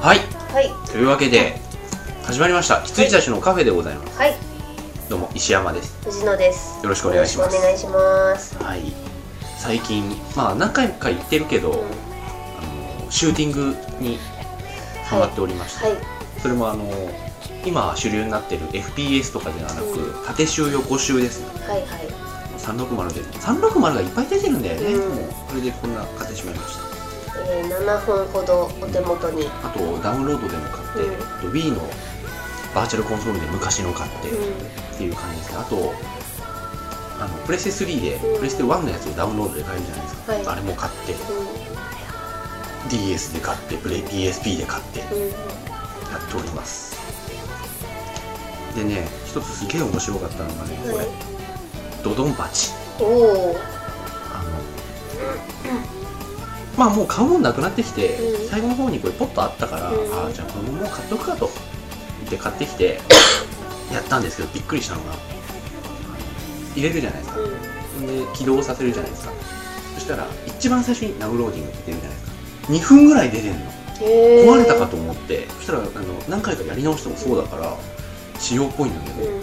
はいはいというわけで始まりました羊たちのカフェでございますはいどうも石山です藤野ですよろしくお願いしますよろしくお願いしますはい最近まあ何回か言ってるけど、あのシューティングにハマっておりまして、はいそれもあの今主流になってる FPS とかではなく、う縦集横集ですねはいはい360で360がいっぱい出てるんだよね、うんもうこれでこんな買ってしまいましたえー、7本ほどお手元にあとダウンロードでも買って、うんあと Wii のバーチャルコンソールで昔の買って、うっていう感じですねあとあのプレステ3で、うんプレステ1のやつをダウンロードで買えるじゃないですか、はいあれも買ってんうん DS で買ってプレ PSP で買ってやうんっておりますでね一つすげえ面白かったのがねこれはいドドンパチおおあの、まあもう買うもんなくなってきて、うん最後の方にこれポッとあったから、うんああじゃあこのもん買っとくかと言って買ってきてやったんですけどびっくりしたのがあの入れるじゃないですか、うんで起動させるじゃないですかそしたら一番最初にダウンローディングって出るじゃないですか2分ぐらい出てんのへー壊れたかと思ってそしたらあの何回かやり直してもそうだから仕様っぽいんだけうど、ん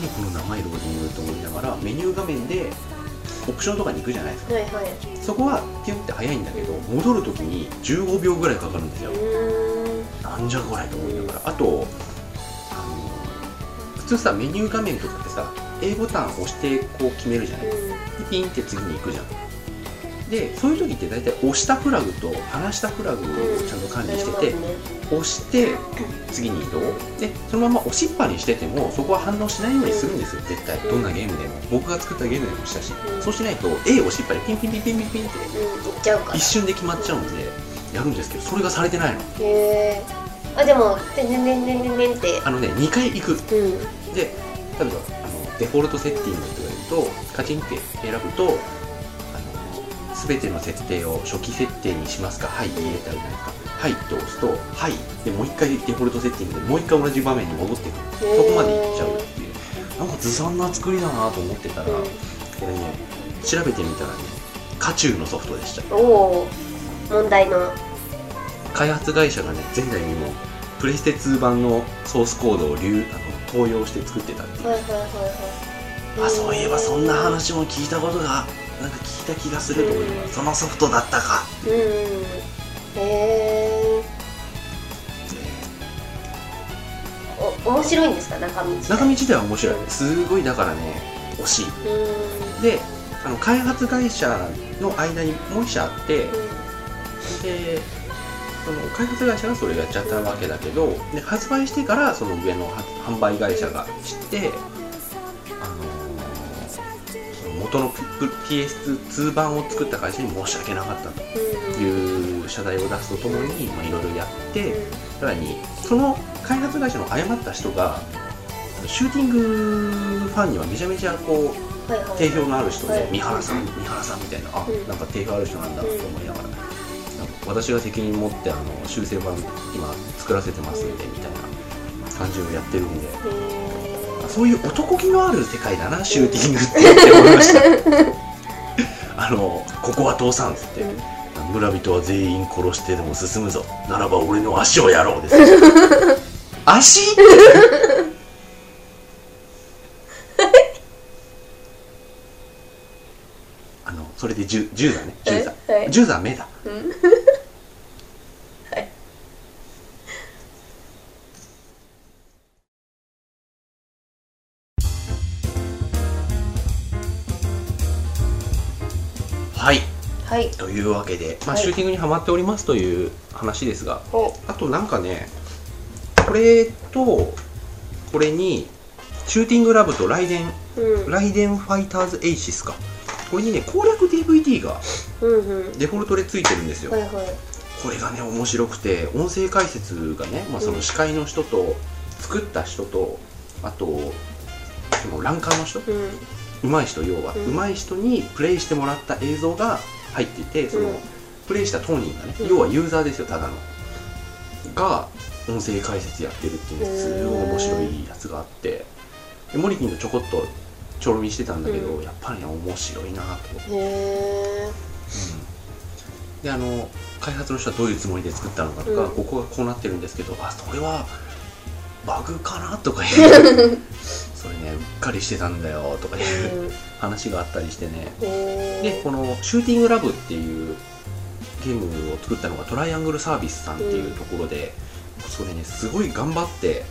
何この長いローディングと思いながらメニュー画面でオプションとかに行くじゃないですかはいはいそこはピュンって早いんだけど戻るときに15秒ぐらいかかるんですようーんなんじゃこれと思いながらあとあの普通さメニュー画面とかってさ A ボタン押してこう決めるじゃないでピンって次に行くじゃんでそういう時って大体押したフラグと離したフラグをちゃんと管理してて、うんなる押して次に移動でそのまま押しっぱにしててもそこは反応しないようにするんですよ絶対どんなゲームでも僕が作ったゲームでもしたしうんそうしないと A 押しっぱでピンピンピンピンピンピンってほどねうんいっちゃうから一瞬で決まっちゃうんでやるんですけどそれがされてないのへえあでも「てんてんてんてんてんてん」ってあのね2回行くうんで例えばあのデフォルトセッティングとか言うとカチンって選ぶとあの全ての設定を初期設定にしますかはいって入れてあるじゃないですかはいって押すとはいでもう一回デフォルトセッティングでもう一回同じ場面に戻ってくるそへーこまで行っちゃうっていうなんかずさんな作りだなと思ってたらこれね調べてみたらね渦中のソフトでしたうんおお問題の開発会社がね前代未聞プレステ2版のソースコードを流あの盗用して作ってたっていう、はいはいはいはいあそういえばそんな話も聞いたことがなんか聞いた気がすると思います、うんそのソフトだったかうんへえお面白いんですか中身中身自体は面白いすごいだからね惜しいうんであの開発会社の間にもう一社あってうでその開発会社がそれやっちゃったわけだけどで発売してからその上のは販売会社が知って、あのーその元の PS2 版を作った会社に申し訳なかったとんいう謝罪を出すとともにまあいろいろやってうんさらにその開発会社の誤った人があのシューティングファンにはめちゃめちゃこうはいはい定評のある人はでい三原さん三原さんみたいなあうんなんか定評ある人なんだと思いながらなんか私が責任持ってあの修正版今作らせてますんでみたいな感じをやってるんでへーそういう男気のある世界だなシューティングってって思いました あのここは倒産っつって、うん村人は全員殺してでも進むぞならば俺の足をやろうです 足ってあのそれで 10, 10だね10だえはい10だ目だうんはいはいというわけで、まあ、はいシューティングにはまっておりますという話ですが、おあとなんかねこれとこれにシューティングラブとライデンうんライデンファイターズエイシスかこれにね攻略 DVD がうんうんデフォルトでついてるんですよ、はいはいこれがね面白くて音声解説がね、まあ、その司会の人と作った人とあとその欄干の人うん上手い人要は、うん上手い人にプレイしてもらった映像が入っていてその、うんプレイした当人がね、うん要はユーザーですよただのが音声解説やってるっていうねすごい面白いやつがあってでモリキンとちょこっとちょろ見してたんだけど、うんやっぱりね面白いなと、へえであの開発の人はどういうつもりで作ったのかとか、うんここがこうなってるんですけどあそれはバグかなとか 言うそれねうっかりしてたんだよとかいう話があったりしてねうんへ でえこの「シューティングラブ」っていうゲームを作ったのがトライアングルサービスさんっていうところで、それねすごい頑張って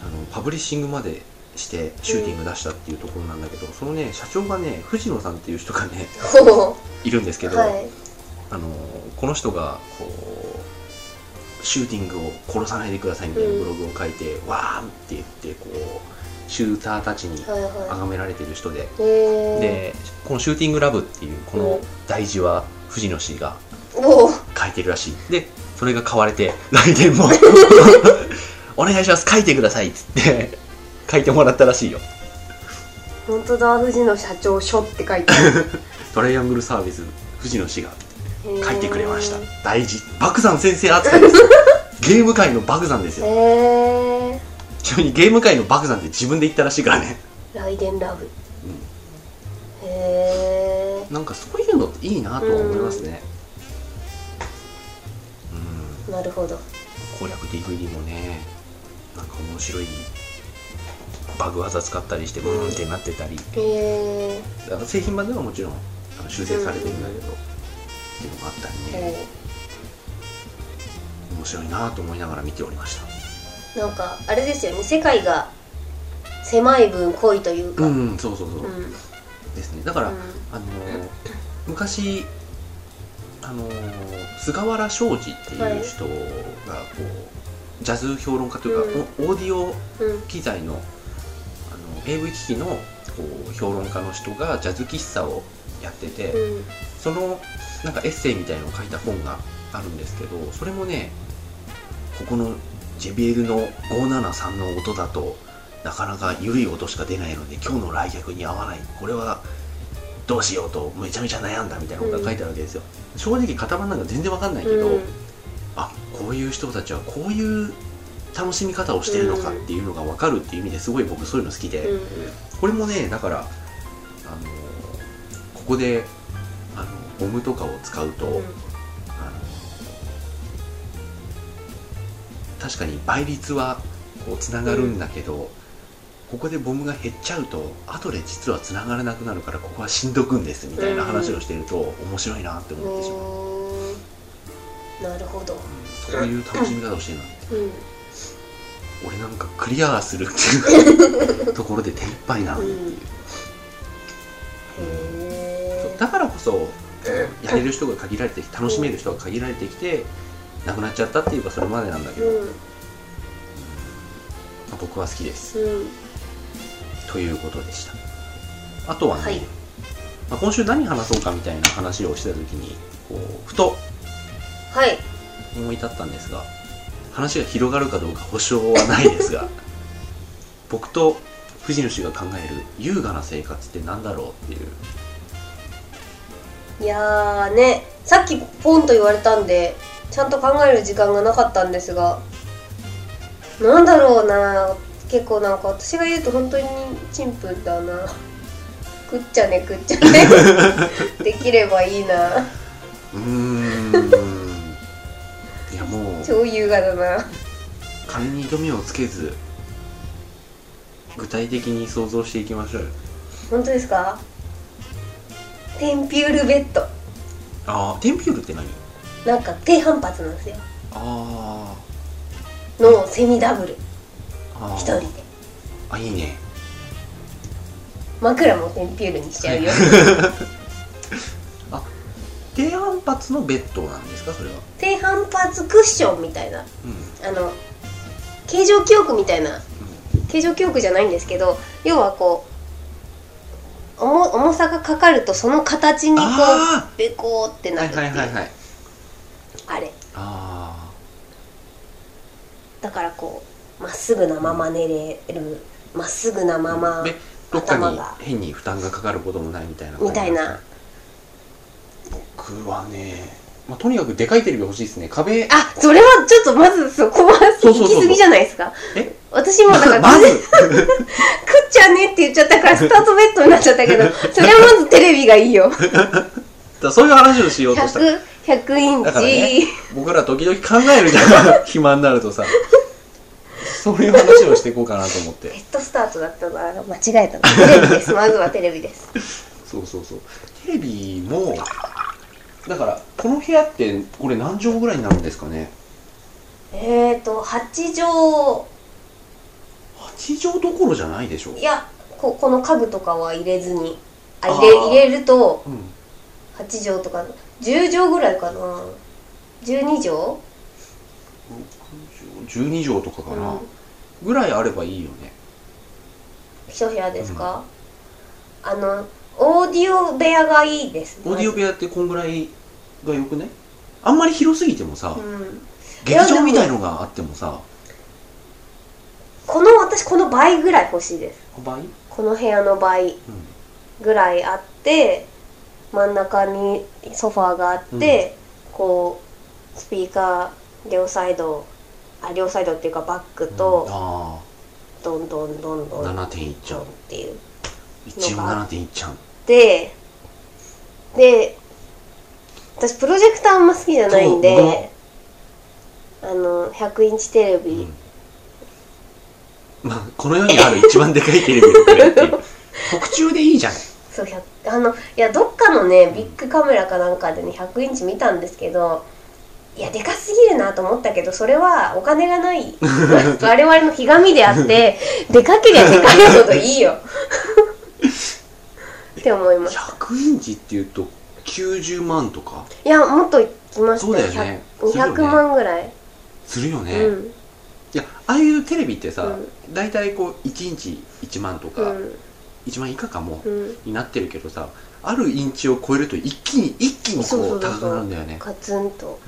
あのパブリッシングまでしてシューティング出したっていうところなんだけど、そのね社長がね藤野さんっていう人がねほいるんですけうど、はいあのこの人がこうシューティングを殺さないでくださいみたいなブログを書いて、わーんって言ってこうシューターたちにはいは崇められてる人で、いへえでこの「シューティングラブ」っていうこうのん大事は藤野氏がおお書いてるらしいでそれが買われて来年もお願いします書いてくださいっつって書いてもらったらしいよ本当だ藤野社長書って書いてあるトライアングルサービス藤野氏がへ え書いてくれました大事爆山先生扱いですゲーム界の爆山ですよへえちなみにゲーム界の爆山って自分で言ったらしいからねライデンラブへなんかそういうのっていいなとは思いますねうんえなるほど攻略 DVD もねなんか面白いバグ技使ったりしてブーンってなってたりへえあの製品版ではもちろんあの修正されてるんだけど、っていうのもあったりね面白いなと思いながら見ておりましたなんかあれですよね世界が狭い分濃いというかううんんそうそうそう、うんですねだから、あのー昔あのー菅原庄司っていう人がこうジャズ評論家というか、オーディオうん機材のあの AV 機器のこう評論家の人がジャズ喫茶をやってて、うんそのなんかエッセイみたいのを書いた本があるんですけどそれもねここのジェビエルの573の音だとなかなか緩い音しか出ないので今日の来客に合わないこれはどうしようとめちゃめちゃ悩んだみたいなことが書いてあるわけですよ、正直型番なんか全然わかんないけど、うんあこういう人たちはこういう楽しみ方をしてるのかっていうのが分かるっていう意味ですごい僕そういうの好きで、うんこれもねだからあのここであのゴムとかを使うと、うんあの確かに倍率はこうつながるんだけど、ここでボムが減っちゃうと後で実はつながらなくなるからここはしんどくんですみたいな話をしてると面白いなって思ってしまう、うんなるほどそういう楽しみ方をしてるのでうん俺なんかクリアするっていうところで手いっぱいなのに、うんへえだからこそやれる人が限られてき楽しめる人が限られてきてなくなっちゃったっていうかそれまでなんだけうど、んまあ僕は好きですうんということでしたあとはね、はいまあ、今週何話そうかみたいな話をしてた時にこうふとはい思い立ったんですが話が広がるかどうか保証はないです が僕と藤野氏が考える優雅な生活って何だろうっていういやーねさっきポンと言われたんでちゃんと考える時間がなかったんですがなんだろうな結構なんか私が言うと本当にチンプだな食っちゃね食っちゃねできればいいなうーんいやもう超優雅だな金に糸目をつけず具体的に想像していきましょうよ本当ですかテンピュールベッドああテンピュールって何なんか低反発なんですよあのセミダブルーあー一人であいいね枕もテンピュールにしちゃうよ低反発のベッドなんですかそれは低反発クッションみたいなうんあの形状記憶みたいな形状記憶じゃないんですけど要はこう重重さがかかるとその形にこあうべこーってーなはるいっていう、はいはいはいあれあだからこうまっすぐなまま寝れるまっすぐなあままでどっか頭にが変に負担がかかることもないみたいなみたいな僕はね、まあ、とにかくでかいテレビ欲しいですね壁あそれはちょっとまずそこはそうそうそうそう行き過ぎじゃないですかえ私もだ からま全然ず食っちゃねって言っちゃったからスタートベ ッドになっちゃったけどそれはまずテレビがいいよだそういう話をしようとした100 100インだからねチ、僕ら時々考えるじゃん暇になるとさ そういう話をしていこうかなと思ってペットスタートだったのあの間違えたのテレ ビですまずはテレビですそうそうそうテレビもだからこの部屋ってこれ何畳ぐらいになるんですかねえーと8 8畳どころじゃないでしょ畳いやここの家具とかは入れずにあ入あーれ入れるとうん8畳とか10畳ぐらいかな12畳6畳12畳とかかな、うんぐらいあればいいよね一部屋ですか、あのオーディオ部屋がいいですオーディオ部屋ってこんぐらいがよくねあんまり広すぎてもさ、うん、劇場みたいのがあってもさこの私この倍ぐらい欲しいです倍、うん、この部屋の倍ぐらいあって真ん中にソファーがあって、こうスピーカー両サイドあ両サイドっていうかバックうんと、あどんどんどんあどん7.1ちゃどんんっていう一応7.1ちゃんでで私プロジェクターあんま好きじゃないんであの100インチテレビ、まあ、この世にある一番でかいテレビをくれって いう特注でいいじゃないそう100あのいやどっかのねビッグカメラかなんかでね100インチ見たんですけどいやでかすぎるなと思ったけどそれはお金がない 我々のひがみであってでかけりゃでかいほどい いよって思います100インチっていうと90万とかいやもっといきましそうただよよね100 200万ぐらい、するよね、ういんやああいうテレビってさ、うん大体こう1インチ1万とうか、ん1万以下かも、うんになってるけどさあるインチを超えると一気に一気にそうこそううそう高そうくなるんだよねカツンと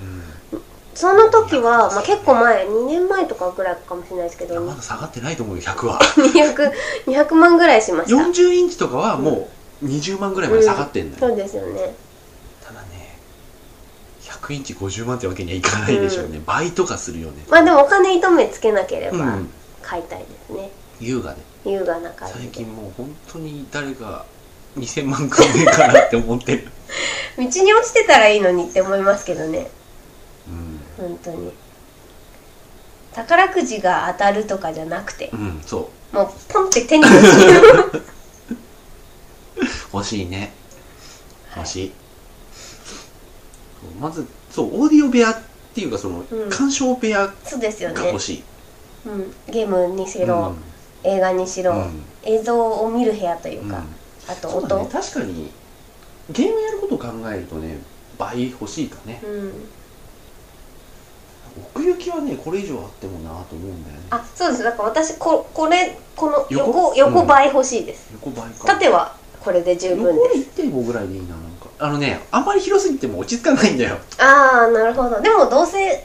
うんその時は、まあ、結構前2年前とかぐらいかもしれないですけいやどまだ下がってないと思うよ100は 200, 200万ぐらいしました40インチとかはもう20万ぐらいまで下がってんだよ、そうですよねただね100インチ50万ってわけにはいかないでしょうね、倍とかするよねまあでもお金に糸目つけなけれうばん買いたいですね、優雅で優雅な感最じで近もう本当に誰が2000万くんねえかなって思ってる道に落ちてたらいいのにって思いますけどねうん本当に宝くじが当たるとかじゃなくてうんそもうポンって手に欲しい う欲しいねはい欲しい、そうまずそうオーディオ部屋っていうかその、うん鑑賞部屋そうですよがね欲、しい、うん、ゲームにしうんろ、映画にしろ、うん映像を見る部屋というか、うんあとそう音だね確かにゲームやることを考えるとね倍欲しいかねうん、奥行きはねこれ以上あってもなと思うんだよねあそうですだから私ここれこの横横う横ん倍欲しいです、横倍か縦はこれで十横分でです1.5ぐらいでいいななんかあのねあんまり広すぎても落ち着かないんだよああなるほどでも同性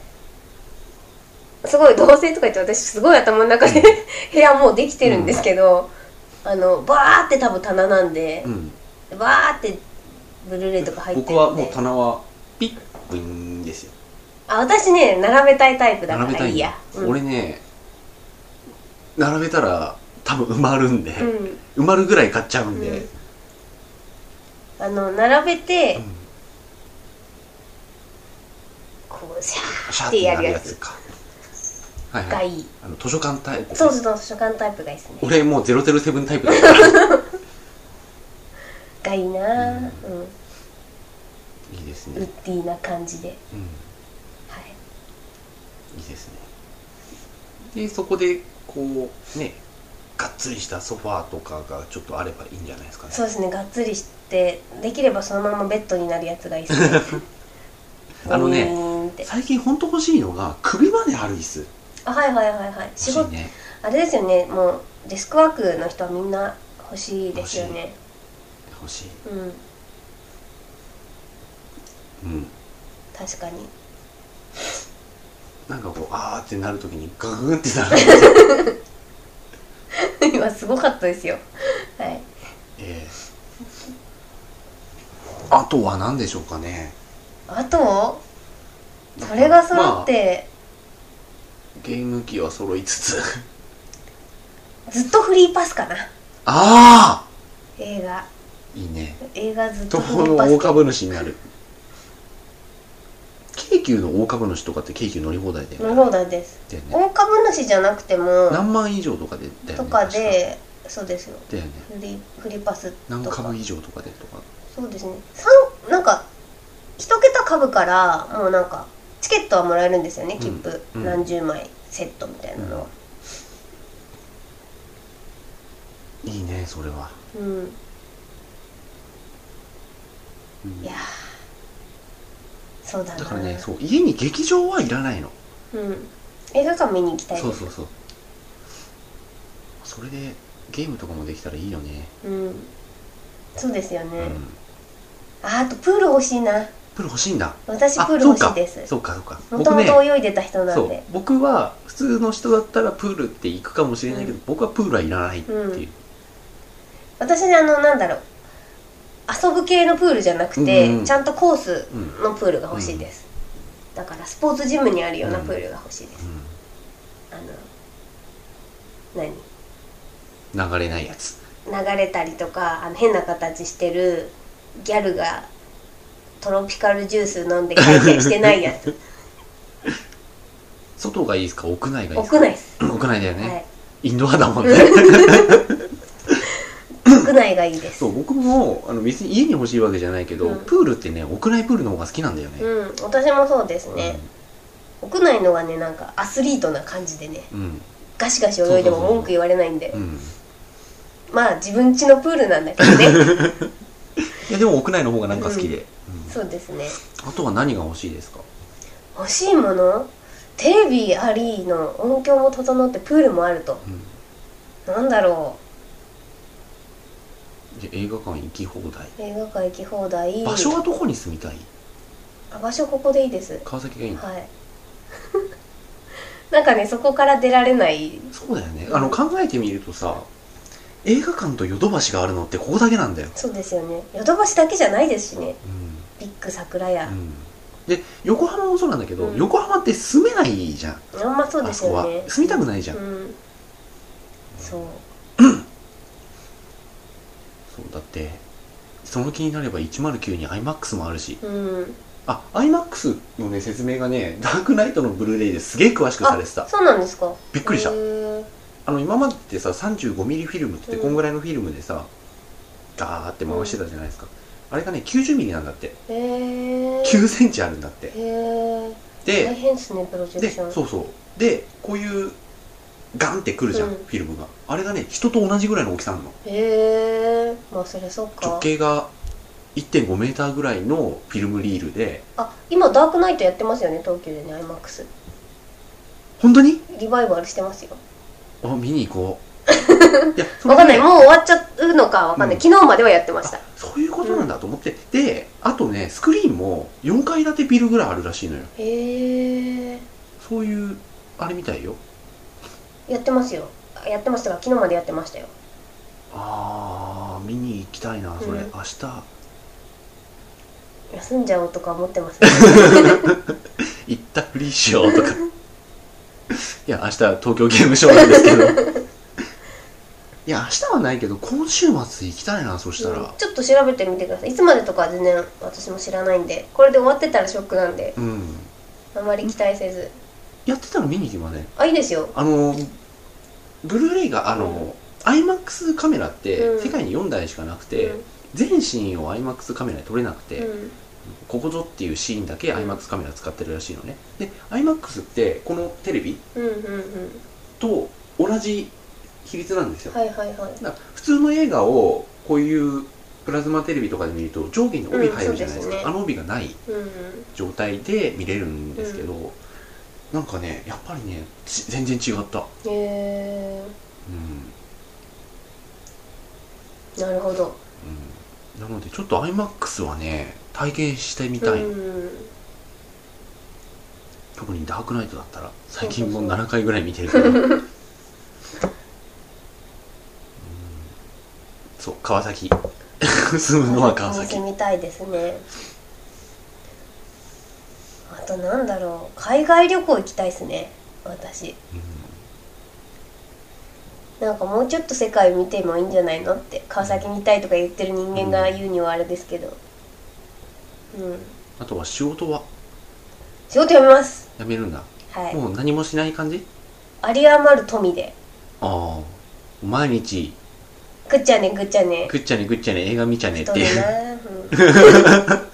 すごい同性とか言って私すごい頭の中で部屋もうできてるんですけど、あのバーって多分棚なんでう、んバーってブルーレイとか入って僕るはんもうで棚はピッブイーンですよあ私ね並べたいタイプだか並べらたいいんいだや、うん、俺ね並べたら多分埋まるんで、うん埋まるぐらい買っちゃうんで、うんあの並べて、うんこうシャシャーーっっててややるるややつつかはいがはいいいあの図書館タイプそうそう図書館タイプがいいですね俺もう007タイプだ からがいいなぁ、うんいいですウッね、ディな感じで、うん、はい、いいですねでそこでこうねがっつりしたソファーとかがちょっとあればいいんじゃないですかねそうですねがっつりしてできればそのままベッドになるやつがいいです ねあのねウィーンって最近ほんと欲しいのが首まである椅子あはいはいはいはい仕欲し事、いねあれですよねもうデスクワークの人はみんな欲しいですよね欲しいうんうん確かに なんかこうあーってなるときにガグンってなる今すごかったですよはいええあとは何でしょうかねあとそれが揃っ、まて、あゲーム機は揃いつつずっとフリーパスか なああ映画いいね映画ずっと東フリ方のーパ大ス株主になる京急の大株主とかって京急乗り放題だよね乗り放題ですだよね大株主じゃなくても何万以上とかでだよとねかでそうですよ確かだよねフリフリパス何とか株以上とかでとかそうですね三なんか一桁株からもうなんかチケットはもらえるんですよねう切ん符、うん何十枚セットみたいなのは、いいねそれは、うんうんいやーそうだなだからねそう家に劇場はいらないのうん、映画館見に行きたいですそうそうそうそれでゲームとかもできたらいいよね、うん、そうですよね、うん、ああとプール欲しいなプール欲しいんだ私あプールそう欲しかいですそうかそうかもともと泳いでた人なんそうで僕は普通の人だったらプールって行くかもしれないけど、う僕はプールはいらないっていう、うん私ねあのなんだろう遊ぶ系のプールじゃなくて、うんうんちゃんとコースうんのプールが欲しいです、だからスポーツジムにあるようなうんプールが欲しいです、あのうん流れないやつ何流れたりとかあの変な形してるギャルがトロピカルジュース飲んで回転してないや つ外がいいですか屋内がいいですか屋内です、屋内だよね、はいインド派だもんね屋内がいいで すそう僕もあの別に家に欲しいわけじゃないけど、うんプールってね屋内プールの方が好きなんだよね、うん、私もそうですね、屋内のがねなんかアスリートな感じでねうんうんガシガシ泳いでもそうそうそう文句言われないんでうんまあ自分家のプールなんだけど ねいやでも屋内の方がなんか好きで、うんそうですねあとは何が欲しいですか欲しいものテレビありの音響も整ってプールもあるとうんなんだろじゃあ映画館行き放題う映画館行き放題場所はどこに住みたいあ場所ここでいいです川崎がいいのはいなんかねそこから出られないそうだよねあの考えてみるとさ映画館とヨドバシがあるのってここだけなんだよ、そうですよねヨドバシだけじゃないですしねうビッグ桜屋、んで横浜もそうなんだけど、うん横浜って住めないじゃんあんまそうであすそこよはね住みたくないじゃん、うんそうそうだってその気になれば109に iMAX もあるしうん、あ iMAX のね説明がねダークナイトのブルーレイですげえ詳しくされてたそうなんですかびっくりしたへーあの今までってさ 35mm フィルムって言ってこんぐらいのフィルムでさ、ガーって回してたじゃないですか、あれがね 90mm なんだってへー9センチあるんだってへー大で変ですねプロジェクでションそうそうでこういうガンってくるじゃん、うんフィルムがあれがね人と同じぐらいの大きさなのへえまあそれそっ直か径が1.5メーターぐらいのフィルムリールであ今ダークナイトやってますよね東急でね IMAX 本当にリバイバルしてますよあ見に行こ ういやそわかんないねもう終わっちゃうのかわかんない、うん昨日まではやってましたあそういうことなんだと思って、であとねスクリーンも4階建てビルぐらいあるらしいのよへえそういうあれみたいよやってますよあやってましたが昨日までやってましたよあー見に行きたいなそれ、うん明日休んじゃおうとか思ってますね行ったふりしようと かいや明日東京ゲームショウなんです けどいや明日はないけど今週末行きたいなそしたうんらちょっと調べてみてくださいいつまでとかは全然私も知らないんでこれで終わってたらショックなんでうん、あまり期待せずやってたら見に行きませんあいいですよあのブルーレイがあの、IMAX カメラってうん世界に4台しかなくて、うん全シーンを IMAX カメラで撮れなくて、うんここぞっていうシーンだけ IMAX カメラ使ってるらしいのねで IMAX ってこのテレビうんうんうんと同じ比率なんですよ、はいはいはだいから普通の映画をこういうプラズマテレビとかで見ると上下に帯入るじゃないですか、うんそうですねあの帯がないうん状態で見れるんですけど、なんかねやっぱりねち全然違った、ううんへんえなるほどうん、なのでちょっと iMAX はね体験してみたい、うん特にダークナイトだったら最そ近うそうもそう7回ぐらい見てる けどうんそう川崎 住むのは川崎楽しみたいですねあとなんだろう海外旅行行きたいですね私なんかもうちょっと世界見てもいいんじゃないのって川崎見たいとか言ってる人間が言うにはあれですけどうんあとは仕事は仕事辞めますやめるんだ、はいもう何もしない感じ有り余る富でああ毎日ぐっちゃねぐっちゃねぐっちゃねぐっちゃね映画見ちゃねっ太てるいうな、うん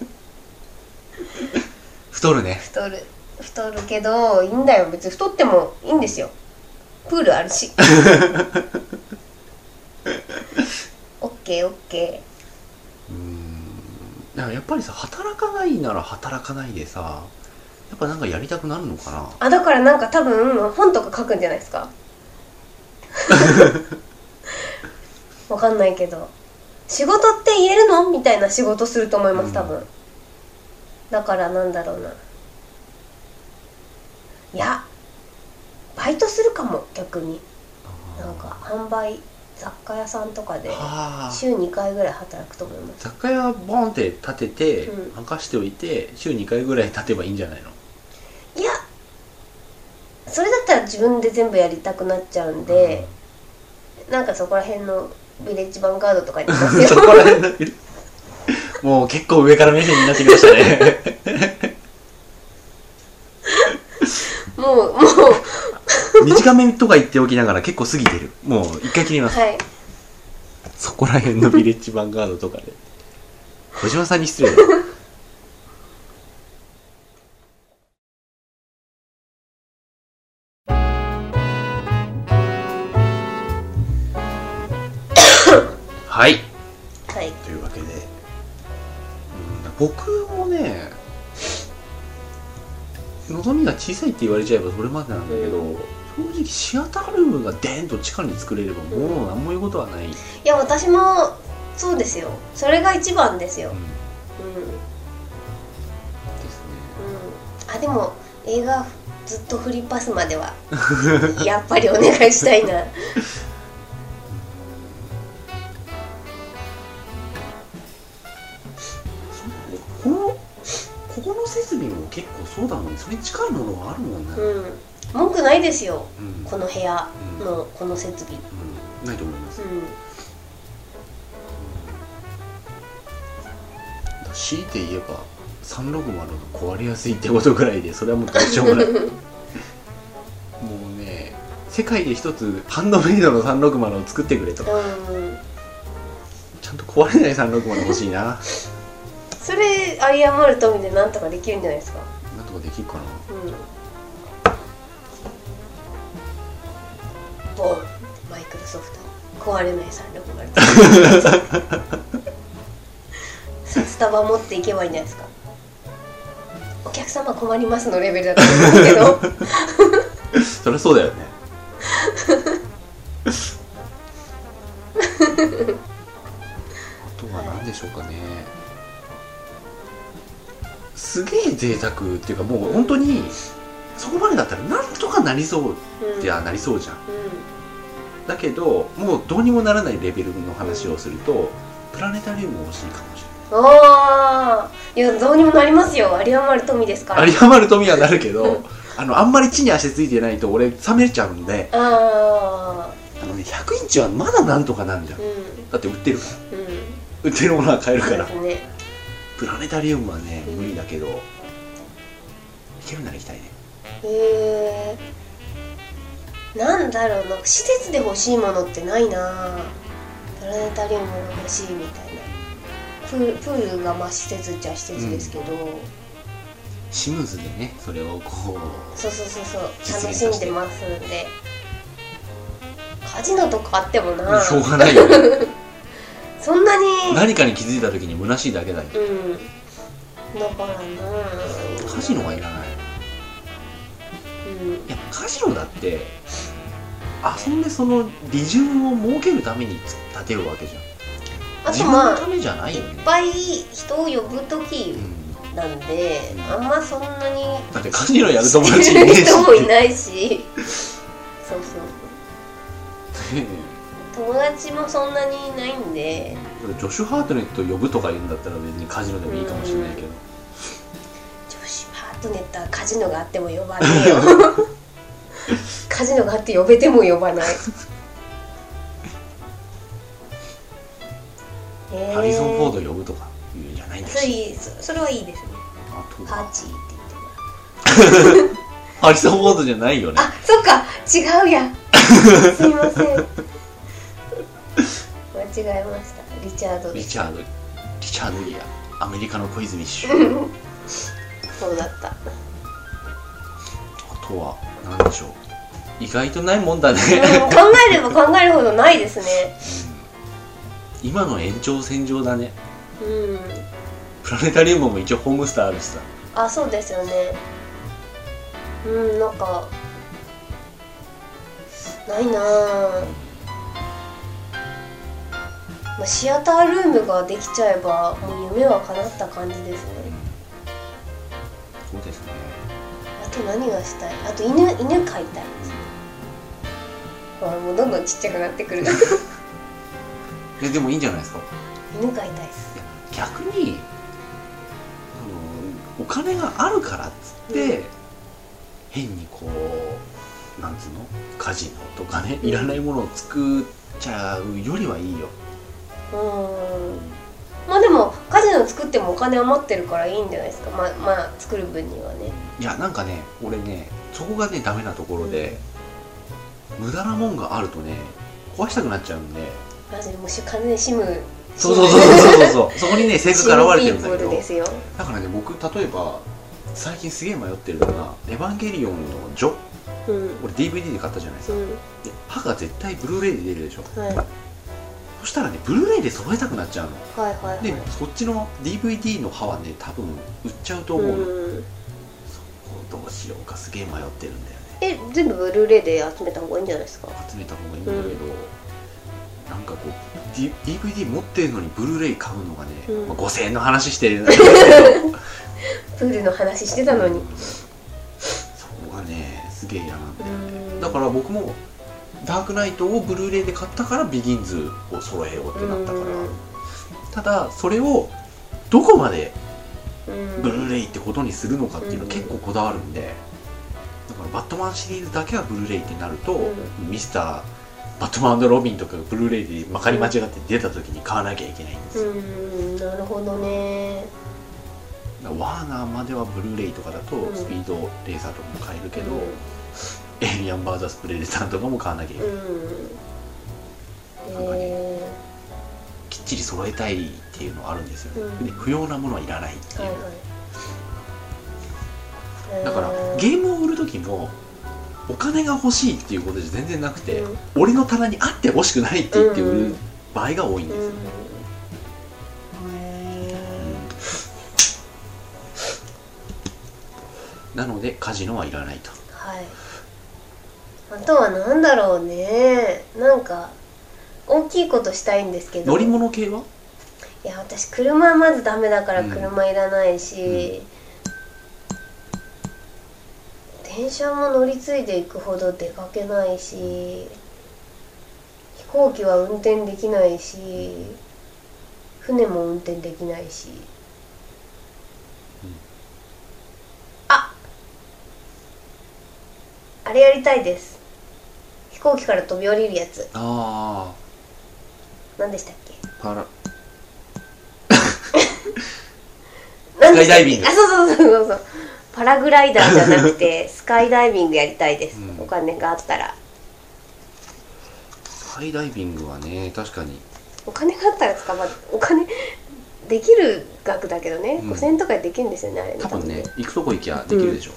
太るね太る太るけどいいんだよ別に太ってもいいんですよプールあ るしオッケーオッケうーんだからやっぱりさ働かないなら働かないでさやっぱなんかやりたくなるのかなーあだからなんか多分本とか書くんじゃないですかわかんないけど仕事って言えるのみたいな仕事すると思います多分、うだからなんだろうないやバイトするかも逆になんか販売雑貨屋さんとかであー週2回ぐらい働くと思います雑貨屋ボンって立てて、うん任しておいて週2回ぐらい立てばいいんじゃないのいやそれだったら自分で全部やりたくなっちゃうんで、なんかそこら辺のヴィレッジヴァンガードとかにいます よそこら辺のもう結構上から目線になってきました ねもうもう短めとか言っておきながら結構過ぎてるもう一回切りますはいそこら辺のヴィレッジヴァンガードとか で小島さんに失礼だよはいはいというわけで、うん、僕もね望みが小さいって言われちゃえばそれまでなんだけど正直シアタールームがデーンと地下に作れればもう何も言うことはない、うんいや私もそうですよそれが一番ですようんうんですあでも映画ずっと振りパスまではやっぱりお願いしたいなねでこのここの設備も結構そうだもんねそれに近いものはあるもんね、うんうん文句ないですようんこの部屋うんのこの設備ないと思いますう強いて言えば360が壊れやすいってことぐらいでそれはもうどうしようもない もうね世界で一つハンドメイドの360を作ってくれとん、うん、ちゃんと壊れない360欲しいなそれ有り余る富でなんとかできるんじゃないですかなんとかできるかなうんボンマイクロソフト壊れない360 札束持っていけばいいんじゃないですかお客様困りますのレベルだと思うけど そりゃそうだよ ねあとは何でしょうかねすげえ贅沢っていうかもう本当にそこまでだったらなんとかなりそううんいやなりそうじゃんうだけどもうどうにもならないレベルの話をするとプラネタリウム欲しいかもしんああいやどうにもなりますよ有り余る富ですかれならい有り余る富はなるけど あのあんまり地に足ついてないと俺冷めちゃうんであああの、ね、100インチはまだなんとかなんじゃんうんだって売ってるからうん売ってるものは買えるそかうでらすねプラネタリウムはね無理だけど行けるなら行きたいねへえなんだろうな施設で欲しいものってないなプラネタリウムが欲しいみたいなプールプールがまあ施設っちゃ施設ですけど、シムズでねそれをこうそうそうそうそう実楽現しさんせてでますんでカジノとかあってもなしょうがないよ ねそんなに何かに気づいた時に虚しいだけだようんだからなカジノはいらないうんいやカジノだって遊んでその利潤を儲けるために建てるわけじゃんあ自と分のまたあめじゃないいよっね、ぱい人を呼ぶ時うん、なんであんまそんなにだってカジノやる知友っ達いてねえるし人もいないしそうそう友達もそんなにいないんでジョシュ・ハートネット呼ぶとか言うんだったら別にカジノでもいいかもしれないけど、女子パートネットはカジノがあっても呼ばね えよカジノがあって呼べても呼ばない えハリソン・フォード呼ぶとか言うんじゃないんだそしれそそれはいいですねあとパはーチーって言ってもらハリソン・フォードじゃないよねあそっか違 うやすいません間違えましたリチャードリですチャードリチャード・ギアアメリカの小泉主そうだったあとは何でしょう意外とないもんだねうん考えれば考えるほどないですね今の延長線上だねうんプラネタリウムも一応ホームスターあるしさあそうですよねうんなんかないなあまあシアタールームができちゃえばもう夢は叶った感じですねそうですねあと何がしたいあと犬犬飼いたいわあもうどんどんちっちゃくなってくるいやでもいいんじゃないですか犬飼いたいです逆にあのお金があるからっつって、変にこうなんつうのカジノとかねいらないものを作っちゃうよりはいいよ、うんまあでもカジノ作ってもお金余ってるからいいんじゃないですかまあまあ作る分にはねいやなんかね俺ねそこがねダメなところで、無駄なもんがあるとね壊したくなっちゃうんでマジでもうし完全にシムそうそうそうそうそうそうそこにね性格が現れてるんだけシムピープどルですよだからね僕例えば最近すげえ迷ってるのが「エヴァンゲリオン」の「ジョうんうん」俺 DVD で買ったじゃないですかで歯が絶対ブルーレイで出るでしょはいはいそしたらねブルーレイで揃えたくなっちゃうのはいはいでそっちの DVD の歯はね多分売っちゃうとう思うの、んそこどうしようかすげえ迷ってるんだよねえ全部ブルーレイで集めた方がいいんじゃないですか集めた方がいいんだけど、なんかこう、D、DVD 持ってるのにブルーレイ買うのがね、うんまあ、5000円の話してるんだ けどプールの話してたのにそこがねすげえ嫌なんだよね、うんだから僕もダークナイトをブルーレイで買ったからビギンズを揃えようってなったから、ただそれをどこまでうんブルーレイってことにするのかっていうのは結構こだわるんで、だからバットマンシリーズだけはブルーレイってなると、うミスターバットマンロビンとかがブルーレイでまかり間違って出た時に買わなきゃいけないんですよ、うんなるほどねだからワーナーまではブルーレイとかだとうんスピードレーサーとかも買えるけど、エイリアンバーザスプレデターとかも買わなきゃいけうない、んなんかねえきっちり揃えたいっていうのはあるんですよ、うんで不要なものはいらないってーいはう、いはいだからえーゲームを売る時もお金が欲しいっていうことじゃ全然なくて、うん俺の棚にあってほしくないって言って売る場合が多いんですよ、うんなのでカジノはいらないとはいあとは何だろうねなんか大きいことしたいんですけど乗り物系はいや私車はまずダメだからうん車いらないし、電車も乗り継いでいくほど出かけないし飛行機は運転できないし船も運転できないし、うんああれやりたいです飛行機から飛び降りるやつあ何でしたっけあパラなんスカでイダイビングあそうそうそうそうそうパラグライダーじゃなく てスカイダイビングやりたいです、うんお金があったらスカイダイビングはね確かにお金があったら捕まるお金できる額だけどね、うん5000円とかでできるんですよねあれね多分ね行くとこ行きゃできるでしょ、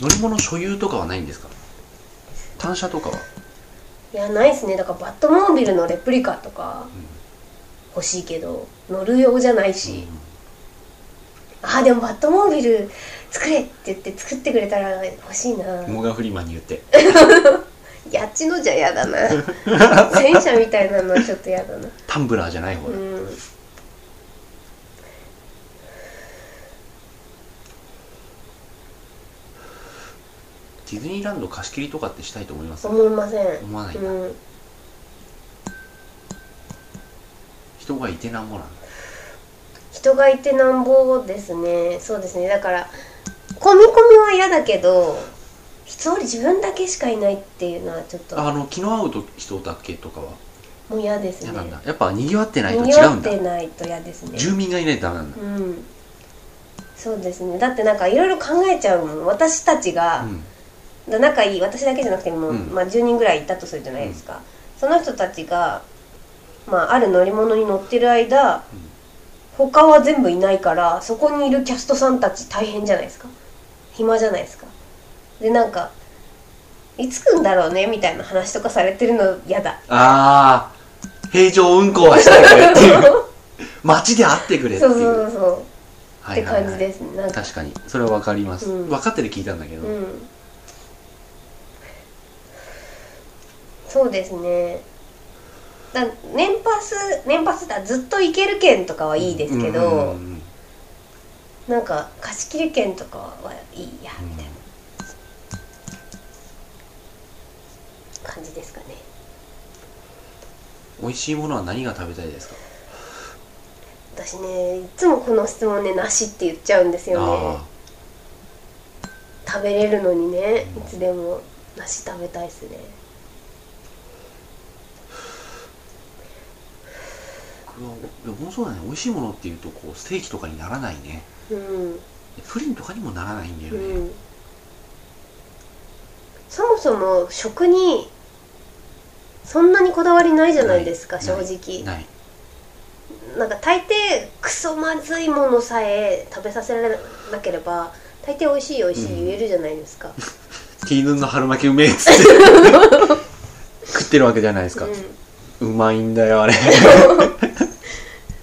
乗り物所有とかはないんですか単車とかはいやないですねだからバットモービルのレプリカとか欲しいけど乗る用じゃないし、あーでもバットモービル作れって言って作ってくれたら欲しいな、モーガンフリーマンに言ってやっちのじゃやだな 戦車みたいなのはちょっとやだなタンブラーじゃない方うだ、んディズニーランド貸し切りとかってしたいと思います思いません思わないんだ、うん、人がいてなんぼなんだ人がいてなんぼですねそうですねだから混み込みは嫌だけど一人自分だけしかいないっていうのはちょっとあの気の合うと人だけとかはもう嫌ですね嫌なんだやっぱ賑わってないとに違ぎわうっんだてないと嫌ですね住民がいないとダメなんだうんそうですねだってなんかいろいろ考えちゃうもん私たちが、うんだ仲いい私だけじゃなくても、うんまあ、10人ぐらいいたとするじゃないですか、その人たちが、まあ、ある乗り物に乗ってる間、他は全部いないからそこにいるキャストさんたち大変じゃないですか暇じゃないですかでなんかいつ来んだろうねみたいな話とかされてるの嫌だああ平常運行はしたいくれって いう街で会ってくれっていそううそうそうっはていはい感はいじですねなんか確かにそれは分かります、うん分かってる聞いたんだけど、うんそうですねだ年パス年パスだずっと行ける券とかはいいですけど、うんうんうんなんか貸し切り券とかはいいやみたいな感じですかね美味しいものは何が食べたいですか私ねいつもこの質問ね「なし」って言っちゃうんですよねあ食べれるのにねうんいつでもなし食べたいですねあでもそうだね美味しいものっていうとこうステーキとかにならないねうんプリンとかにもならないんだようね、んそもそも食にそんなにこだわりないじゃないですかな正い直ないなんか大抵クソまずいものさえ食べさせられなければ大抵美味しい美味しい言えるじゃないですか、ティーヌンの春巻きうめえっつって食ってるわけじゃないですか、ううん、まいんだよあれ、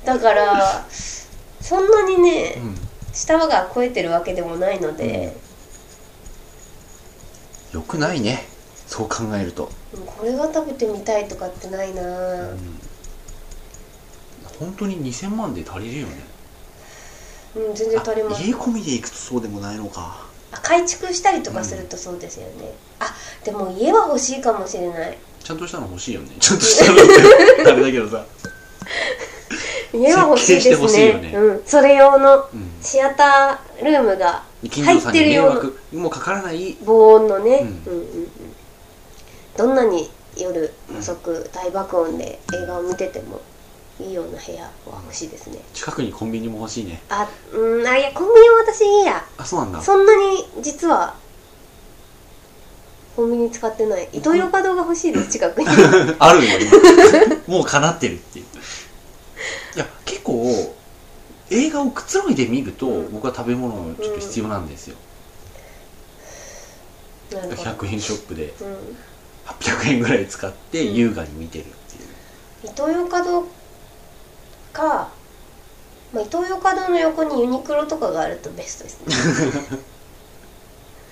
だからそんなにねうん舌が肥えてるわけでもないので、よくないねそう考えると、うんこれが食べてみたいとかってないなうぁ、ん、本当に2000万で足りるよねうん全然足りまあす家込みでいくとそうでもないのかあ改築したりとかするとそうですよね、あでも家は欲しいかもしれないちゃんとしたの欲しいよねちゃんとしたのってあれだけどさ、家は欲しいです設計してねほしいよねうん、それ用のうん、シアタールームが近所入さっんにてる迷ような惑もかからない防音のね、ううんん、うんうんどんなに夜遅く大爆音で映画を見ててもいいような部屋は欲しいですね近くにコンビニも欲しいねあうんあいやコンビニは私いいやあそうなんだそんなに実はコンビニ使ってないイトーヨーカドーが欲しいです近くにあるよ、今もう叶ってるっていう。いや、結構、映画をくつろいで見ると、うん僕は食べ物がちょっと必要なんですよ。 なるほ100円ショップでど、うん800円ぐらい使ってうん優雅に見てるっていう。イトーヨーカドーか、まあ、イトーヨーカドーの横にユニクロとかがあるとベストですね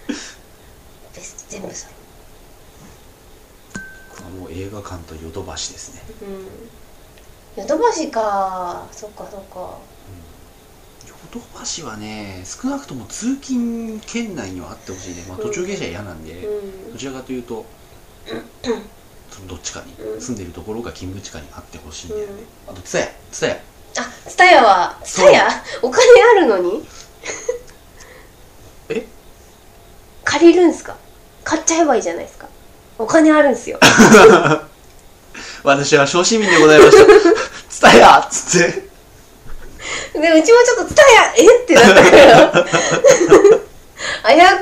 ベスト全部それこれはもう映画館とヨドバシですね。うんヨドバシかそっかそっかヨドバシはね、少なくとも通勤圏内にはあってほしいね。まあうん途中下車嫌なんで、うどちらかというと、そのどっちかに、うん住んでるところが勤務地下にあってほしいんだん、うよんね。、あと、ツタヤ、ツタヤ。あツタヤはツそうタヤお金あるのにえ借りるんすか買っちゃえばいいじゃないですかお金あるんすよ私は小市民でございました。ツ タヤっつって。でうちもちょっと「たやえっ?」てなったから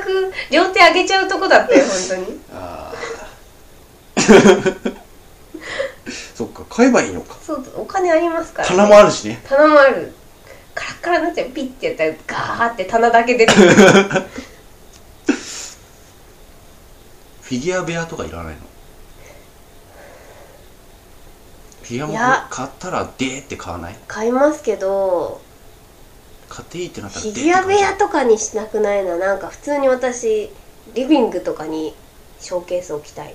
危うく両手上げちゃうとこだったよ本当にあ あ。そっか、買えばいいのか。そうお金ありますから、ね、棚もあるしね。棚もあるカラッカラになっちゃうピッてやったらガーって棚だけ出てくる フィギュア部屋とかいらないのフィギュアもいや買ったらでーって買わない買いますけど買っていいってなったフらでーィってギュア部買うじゃ屋んとかにしなくないななんか普通に私リビングとかにショーケース置きたい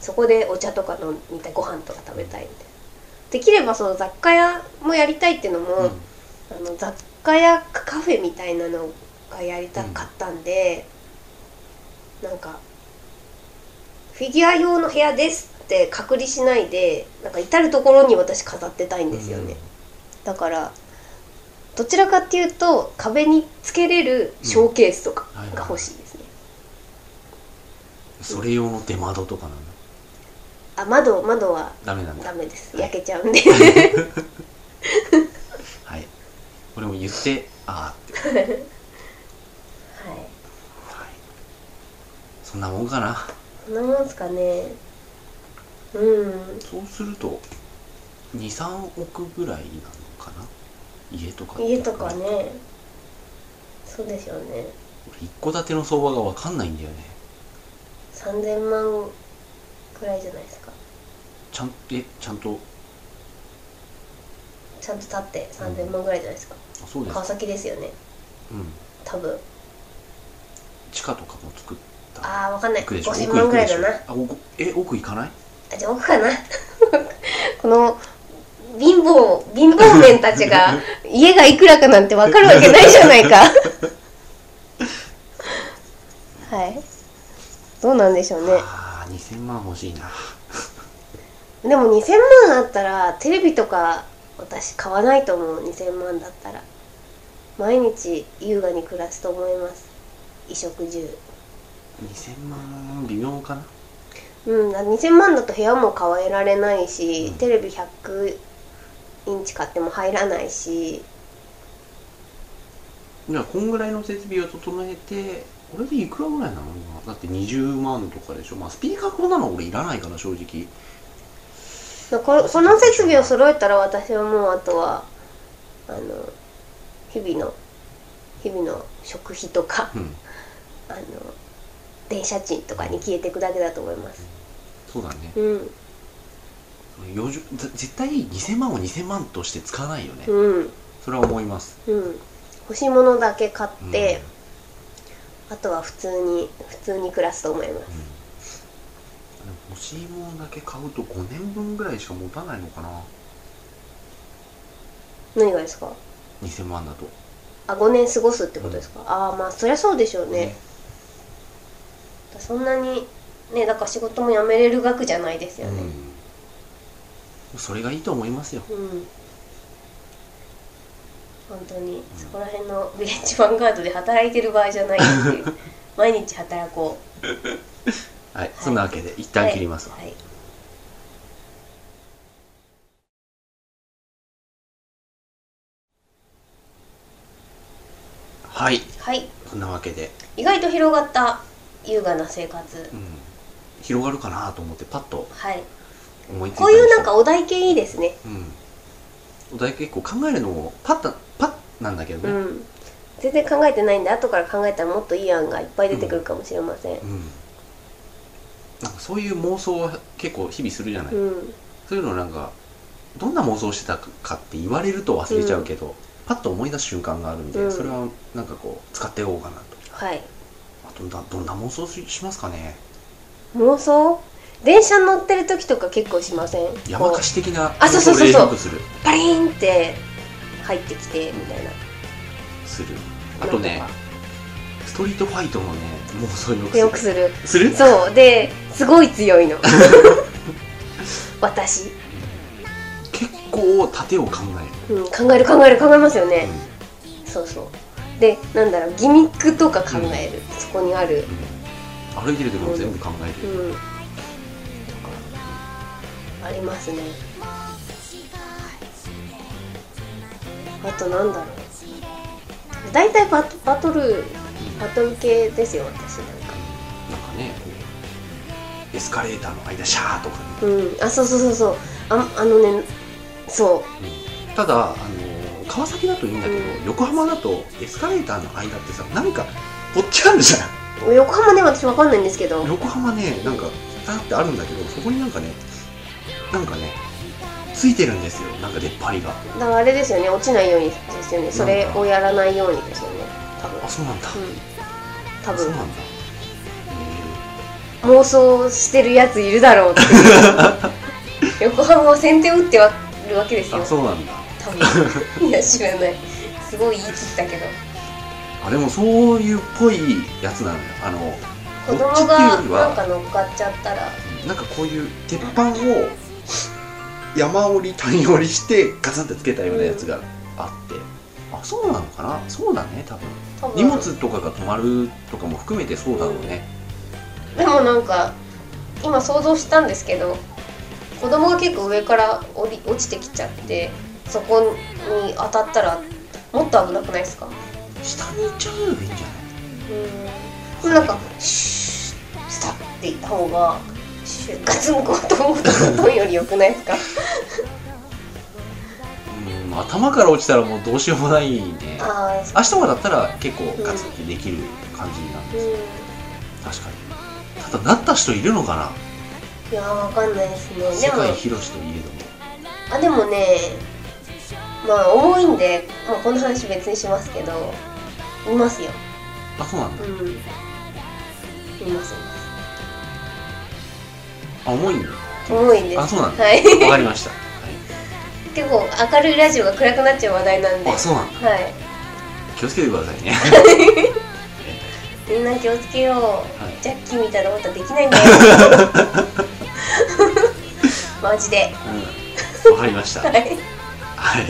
そこでお茶とか飲みたいご飯とか食べたいみたいなできればその雑貨屋もやりたいっていうのも、うんあの雑貨やカフェみたいなのがやりたかったんで、なんかフィギュア用の部屋ですって隔離しないでなんか至る所に私飾ってたいんですよね、だからどちらかっていうと壁につけれるショーケースとかが欲しいですね、うんそれ用の出窓とかなのあ窓窓はダメなんだダメですはい焼けちゃうんではい俺も言ってああってはいはい、そんなもんかなこんなもんすかねうんそうすると23億ぐらいなのかな家とか家とかねそうでしょうね俺一戸建ての相場が分かんないんだよね3000万くらいじゃないですかちゃんえちゃんとちゃんと立って3000万くらいじゃないですか、あそうです川崎ですよねうん多分地下とかも作ったああわかんない行くでしょ5000奥行万くくらでしいだょなあ奥え奥行かないあじゃあ奥かな この貧乏貧乏面た ちが家がいくらかなんてわかるわけないじゃないかはいどうなんでしょうねああ2000万欲しいなでも2000万あったらテレビとか私買わないと思う2000万だったら毎日優雅に暮らすと思います衣食住2000万微妙かなうん、だ2000万だと部屋も変えられないし、うんテレビ100インチ買っても入らないしじゃあこんぐらいの設備を整えてこれでいくらぐらいなの今だって20万とかでしょまあスピーカーこんなの俺いらないから正直ここの設備を揃えたら私はもうあとはあの日々の日々の食費とかうんあの電車賃とかに消えていくだけだと思いますそうだねうん余剰ぜ絶対2000万を2000万として使わないよね、うんそれは思いますうん欲しいものだけ買ってうん、あとは普通に普通に暮らすと思いますでも欲しいものだけ買うと5年分ぐらいしか持たないのかな何がですか2000万だとあ5年過ごすってことですか、ああまあそりゃそうでしょうね、そんなにねだから仕事も辞めれる額じゃないですよねうん、それがいいと思いますようん、本当にそこら辺のビレッジヴァンガードで働いてる場合じゃないっていう 毎日働こうはい、そんなわけで一旦切りますわ、はい、はいはい、はいそんなわけで、意外と広がった優雅な生活うん、広がるかなと思ってパッとはい思いついたこういうなんですかお題系いいですねようんお題結構考えるのもパッとパッなんだけどうね、ん全然考えてないんで後から考えたらもっといい案がいっぱい出てくるかもしれませんうんなんかそういう妄想は結構日々するじゃない、うんそういうのなんかどんな妄想してたかって言われると忘れちゃうけど、パッと思い出す瞬間があるんで、うんそれはなんかこう使っていこうかなとはいあとだどんな妄想ししますかね妄想電車乗ってる時とか結構しません山貸し的なあそうそうそうそうレイアップするパリーンって入ってきてみたいなするあとねなんかストリートファイトもね妄想よくするよくするするそうですごい 強いの私、結構盾を考えうん、考える考える考えますよる、ね、そうそうでなんだろうギミックとか考える、そこにあるうん歩いてる時も全部考えうてる、んとかありますねあとなんだろう大体バトバトルバトル系ですよ私なんかなんかねこうエスカレーターの間シャーとかね、うん、あそうそうそうそうああのねそただあの川崎だといいんだけど、うん横浜だとエスカレーターの間ってさ何かぽっちゃあるじゃう横浜ね私わかんないんですけどん横浜ねなんかだってあるんだけどそこになんかねなんかねついてるんですよなんか出っ張りがだからあれですよね落ちないようにですよねそれをやらないようにですよね多分あそうなんだ、うん多そう分なんだ妄想してるやついるだろうっていう 横浜は先手を打ってはるわけですへえよあそうなんだ多 分いや知らないすごい言い切ったけどあでもそういうっぽいやつなのよあの子供こっちっていうよがりなんはか乗っかっちゃったらなんかこういう鉄板を山折り谷折りしてガツンってつけたようなやつがあって、あそうなのかなそうだね多分多分荷物とかが止まるとかも含めてそうだろうね、でもなんか今想像したんですけど子供が結構上から降り落ちてきちゃってそこに当たったらもっと危なくないですか下に行っちゃうのがいいんじゃないうんなんか「シュースタッ」って言った方が「シューガツンコ」と思ったことよりよくないですかうん頭から落ちたらもうどうしようもないんで ああそ足とかだったら結構ガツンってできる感じなんうでうす、ん確かにただなった人いるのかないやーわかんないですね世でも界広しといえどもあでもねまあ重いんで、まあ、この話別にしますけどいますよあそうなんだうんいますいあ重い んだます重いんですあそうなんだはい わかりました、は結構明るいラジオが暗くなっちゃう話題なん でい、あそうなんだはい気をつけてくださいねみんな気をつけよう、はいジャッキーみたいなことはでき ないんだよマジでうんわかりましたはい、はい、はい、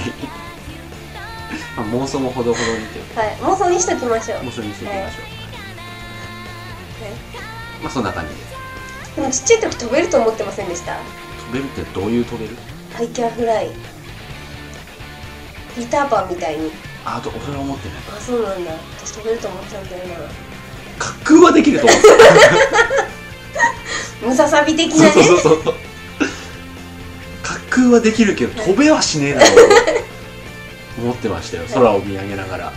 まあ、妄想もほどほどにという妄想にしときましょう、妄想にしていきましょうまあそんな感じですでもちっちゃい時飛べると思ってませんでした飛べるってどういう飛べるハイキャンフライピーターパンみたいにああと俺は思ってないあそうなんだ私飛べると思ってたんだよな滑空はできると思ってムササビ的なそうね そうそうそう滑空はできるけど飛べはしねえだろうと思ってましたよ空を見上げながら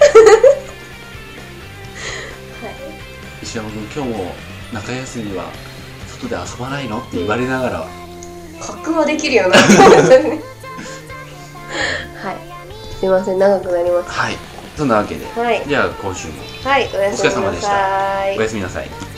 石山君今日も中休みは外で遊ばないのって言われながらはい、格はできる よなって思ったねはいすいません長くなりましはいそんなわけでたはいじゃあ今週もはいおやすみなさいおやすみなさい